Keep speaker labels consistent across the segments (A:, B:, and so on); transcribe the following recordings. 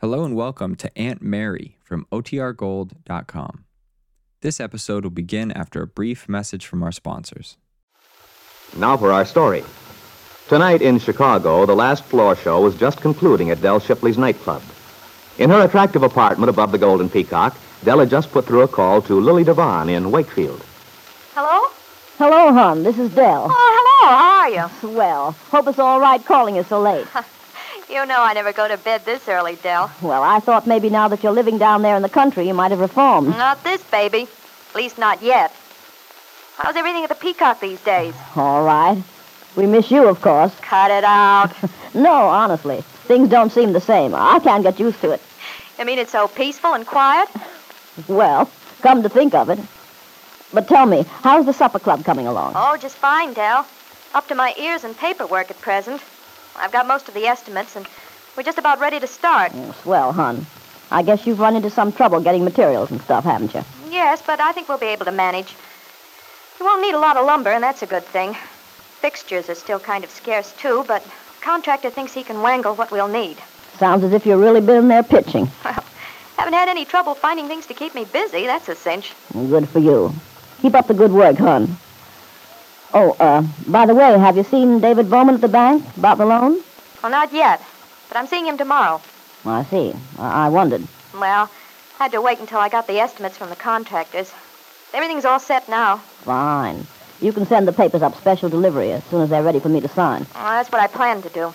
A: Hello and welcome to Aunt Mary from OTRGold.com. This episode will begin after a brief message from our sponsors.
B: Now for our story. Tonight in Chicago, the last floor show was just concluding at Dell Shipley's nightclub. In her attractive apartment above the Golden Peacock, Dell had just put through a call to Lily Devon in Wakefield.
C: Hello?
D: Hello, hon. This is Dell.
C: Oh, hello. How are you?
D: Swell. Hope it's all right calling you so late.
C: You know I never go to bed this early, Dell.
D: Well, I thought maybe now that you're living down there in the country, you might have reformed.
C: Not this baby. At least not yet. How's everything at the Peacock these days?
D: All right. We miss you, of course.
C: Cut it out.
D: No, honestly. Things don't seem the same. I can't get used to it.
C: You mean it's so peaceful and quiet?
D: Well, come to think of it. But tell me, how's the supper club coming along?
C: Oh, just fine, Dell. Up to my ears in paperwork at present. I've got most of the estimates, and we're just about ready to start.
D: Swell, hon. I guess you've run into some trouble getting materials and stuff, haven't you?
C: Yes, but I think we'll be able to manage. You won't need a lot of lumber, and that's a good thing. Fixtures are still kind of scarce, too, but contractor thinks he can wangle what we'll need.
D: Sounds as if you've really been there pitching.
C: Well, haven't had any trouble finding things to keep me busy, that's a cinch.
D: Good for you. Keep up the good work, hon. Oh, uh, by the way, have you seen David Bowman at the bank about the loan?
C: Well, not yet, but I'm seeing him tomorrow.
D: I see. I, I wondered.
C: Well, had to wait until I got the estimates from the contractors. Everything's all set now.
D: Fine. You can send the papers up special delivery as soon as they're ready for me to sign.
C: Well, that's what I planned to do.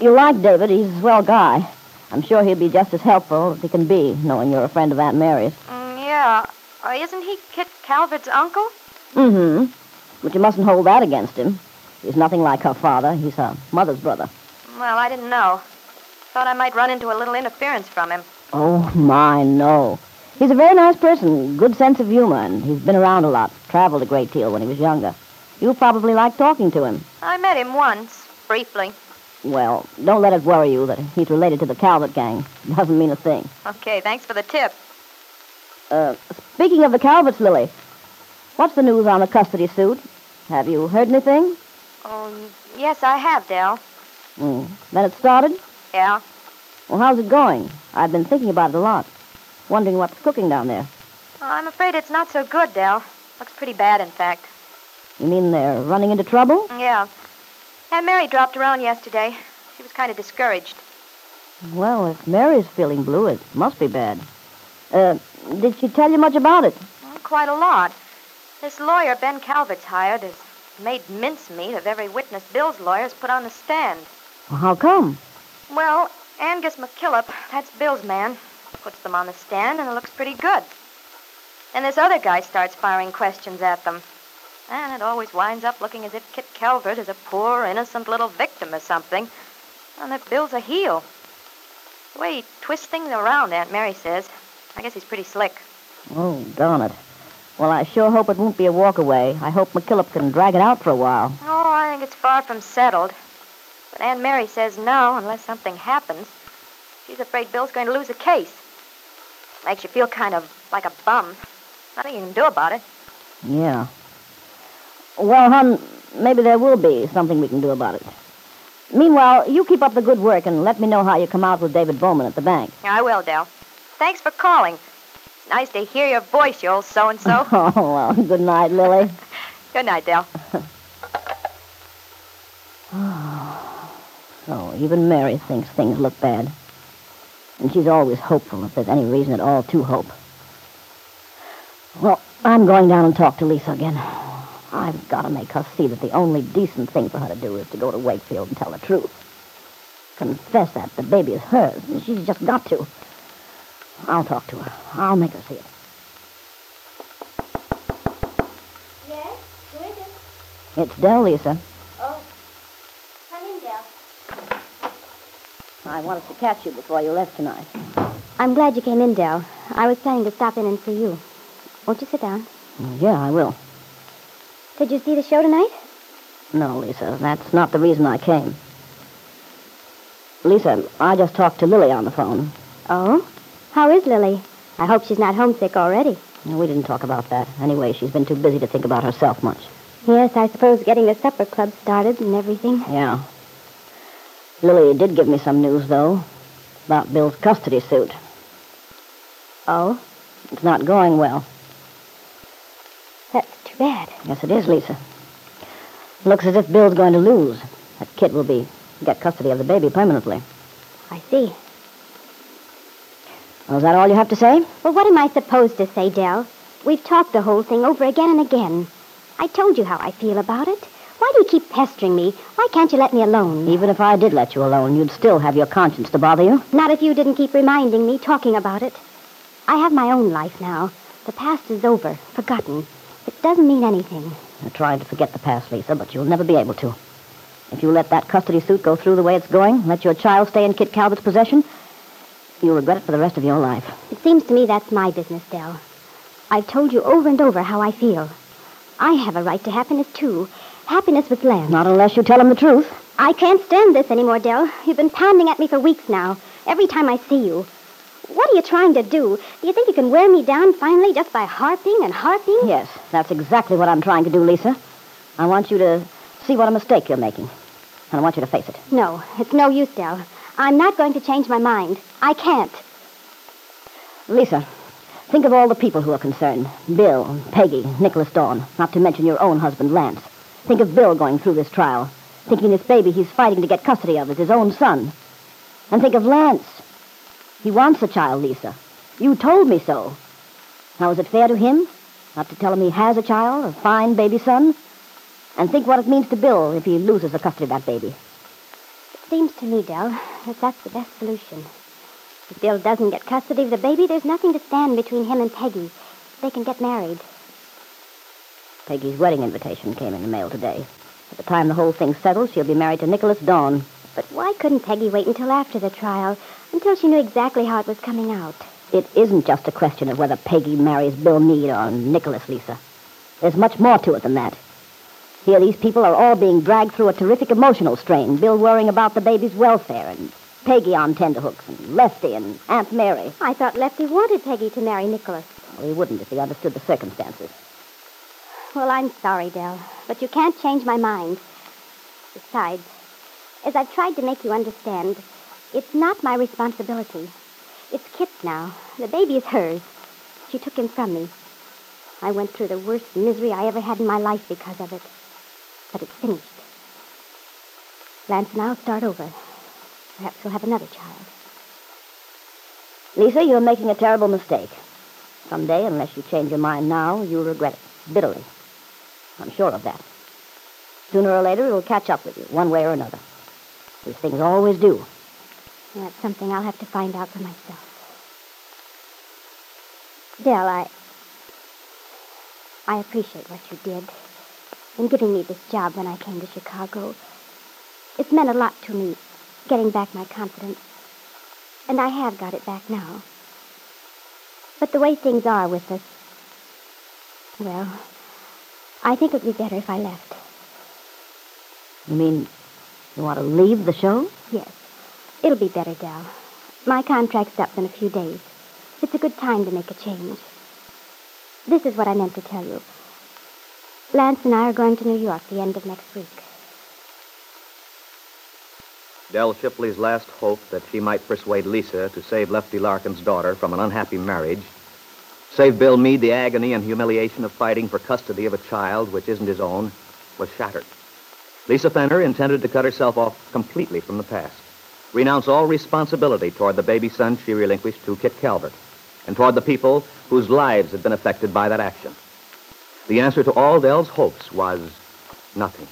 D: You like David. He's a swell guy. I'm sure he'll be just as helpful as he can be, knowing you're a friend of Aunt Mary's.
C: Mm, yeah. Uh, isn't he Kit Calvert's uncle?
D: Mm-hmm. But you mustn't hold that against him. He's nothing like her father. He's her mother's brother.
C: Well, I didn't know. Thought I might run into a little interference from him.
D: Oh, my, no. He's a very nice person, good sense of humor, and he's been around a lot, traveled a great deal when he was younger. You probably like talking to him.
C: I met him once, briefly.
D: Well, don't let it worry you that he's related to the Calvert gang. Doesn't mean a thing.
C: Okay, thanks for the tip.
D: Uh, speaking of the Calverts, Lily, what's the news on the custody suit? Have you heard anything?
C: Oh, yes, I have, Dell.
D: Mm. Then it started?
C: Yeah.
D: Well, how's it going? I've been thinking about it a lot, wondering what's cooking down there.
C: I'm afraid it's not so good, Dell. Looks pretty bad, in fact.
D: You mean they're running into trouble?
C: Yeah. Aunt Mary dropped around yesterday. She was kind of discouraged.
D: Well, if Mary's feeling blue, it must be bad. Uh, did she tell you much about it?
C: Mm, Quite a lot. This lawyer Ben Calvert's hired has made mincemeat of every witness Bill's lawyers put on the stand.
D: Well, how come?
C: Well, Angus McKillop, that's Bill's man, puts them on the stand, and it looks pretty good. And this other guy starts firing questions at them. And it always winds up looking as if Kit Calvert is a poor, innocent little victim or something, and that Bill's a heel. The way he twists things around, Aunt Mary says. I guess he's pretty slick.
D: Oh, darn it. Well, I sure hope it won't be a walk away. I hope McKillop can drag it out for a while.
C: Oh, I think it's far from settled. But Aunt Mary says no, unless something happens. She's afraid Bill's going to lose the case. Makes you feel kind of like a bum. Nothing you can do about it.
D: Yeah. Well, hon, maybe there will be something we can do about it. Meanwhile, you keep up the good work and let me know how you come out with David Bowman at the bank.
C: I will, Dell. Thanks for calling. Nice to hear your voice, you old so and so.
D: Oh, well, good night, Lily.
C: Good night, Dell.
D: Oh, even Mary thinks things look bad. And she's always hopeful if there's any reason at all to hope. Well, I'm going down and talk to Lisa again. I've got to make her see that the only decent thing for her to do is to go to Wakefield and tell the truth. Confess that the baby is hers. and She's just got to. I'll talk to her. I'll make her see it.
E: Yes, who is it?
D: It's Dell, Lisa.
E: Oh, come in, Dell.
D: I wanted to catch you before you left tonight.
E: I'm glad you came in, Dell. I was planning to stop in and see you. Won't you sit down?
D: Yeah, I will.
E: Did you see the show tonight?
D: No, Lisa, that's not the reason I came. Lisa, I just talked to Lily on the phone.
E: Oh? How is Lily? I hope she's not homesick already.
D: We didn't talk about that. Anyway, she's been too busy to think about herself much.
E: Yes, I suppose getting the supper club started and everything.
D: Yeah. Lily did give me some news, though. about Bill's custody suit.
E: Oh?
D: It's not going well.
E: That's too bad.
D: Yes, it is, Lisa. Looks as if Bill's going to lose. That kid will be get custody of the baby permanently.
E: I see.
D: Well, is that all you have to say?
E: Well, what am I supposed to say, Dell? We've talked the whole thing over again and again. I told you how I feel about it. Why do you keep pestering me? Why can't you let me alone?
D: Even if I did let you alone, you'd still have your conscience to bother you.
E: Not if you didn't keep reminding me, talking about it. I have my own life now. The past is over, forgotten. It doesn't mean anything.
D: You're trying to forget the past, Lisa, but you'll never be able to. If you let that custody suit go through the way it's going, let your child stay in Kit Calvert's possession, you'll regret it for the rest of your life.
E: It seems to me that's my business, Dell. I've told you over and over how I feel. I have a right to happiness, too. Happiness with Lamb.
D: Not unless you tell him the truth.
E: I can't stand this anymore, Dell. You've been pounding at me for weeks now, every time I see you. What are you trying to do? Do you think you can wear me down finally just by harping and harping?
D: Yes, that's exactly what I'm trying to do, Lisa. I want you to see what a mistake you're making, and I want you to face it.
E: No, it's no use, Dell. I'm not going to change my mind. I can't.
D: Lisa, think of all the people who are concerned Bill, Peggy, Nicholas Dawn, not to mention your own husband, Lance. Think of Bill going through this trial, thinking this baby he's fighting to get custody of is his own son. And think of Lance. He wants a child, Lisa. You told me so. Now, is it fair to him not to tell him he has a child, a fine baby son? And think what it means to Bill if he loses the custody of that baby.
E: Seems to me, Dell, that that's the best solution. If Bill doesn't get custody of the baby, there's nothing to stand between him and Peggy. They can get married.
D: Peggy's wedding invitation came in the mail today. By the time the whole thing's settled, she'll be married to Nicholas Dawn.
E: But why couldn't Peggy wait until after the trial, until she knew exactly how it was coming out?
D: It isn't just a question of whether Peggy marries Bill Meade or Nicholas, Lisa. There's much more to it than that. Here, these people are all being dragged through a terrific emotional strain. Bill worrying about the baby's welfare, and Peggy on tenterhooks, and Lefty, and Aunt Mary.
E: I thought Lefty wanted Peggy to marry Nicholas.
D: Well, he wouldn't if he understood the circumstances.
E: Well, I'm sorry, Dell, but you can't change my mind. Besides, as I've tried to make you understand, it's not my responsibility. It's Kit's now. The baby is hers. She took him from me. I went through the worst misery I ever had in my life because of it. But it's finished. Lance and I'll start over. Perhaps we'll have another child.
D: Lisa, you're making a terrible mistake. Someday, unless you change your mind now, you'll regret it bitterly. I'm sure of that. Sooner or later, it will catch up with you, one way or another. These things always do.
E: That's something I'll have to find out for myself. Dell, I. I appreciate what you did in giving me this job when I came to Chicago. It's meant a lot to me, getting back my confidence. And I have got it back now. But the way things are with us, well, I think it would be better if I left.
D: You mean you want to leave the show?
E: Yes. It'll be better, Dell. My contract's up in a few days. It's a good time to make a change. This is what I meant to tell you. Lance and I are going to New York the end of next week.
B: Dell Shipley's last hope that she might persuade Lisa to save Lefty Larkin's daughter from an unhappy marriage, save Bill Meade the agony and humiliation of fighting for custody of a child which isn't his own, was shattered. Lisa Fenner intended to cut herself off completely from the past, renounce all responsibility toward the baby son she relinquished to Kit Calvert, and toward the people whose lives had been affected by that action. The answer to all Dell's hopes was nothing.